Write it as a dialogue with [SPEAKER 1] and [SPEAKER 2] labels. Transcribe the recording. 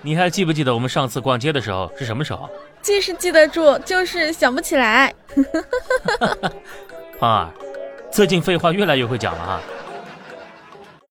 [SPEAKER 1] 你还记不记得我们上次逛街的时候是什么时候？
[SPEAKER 2] 记是记得住，就是想不起来。
[SPEAKER 1] 胖儿，最近废话越来越会讲了哈、啊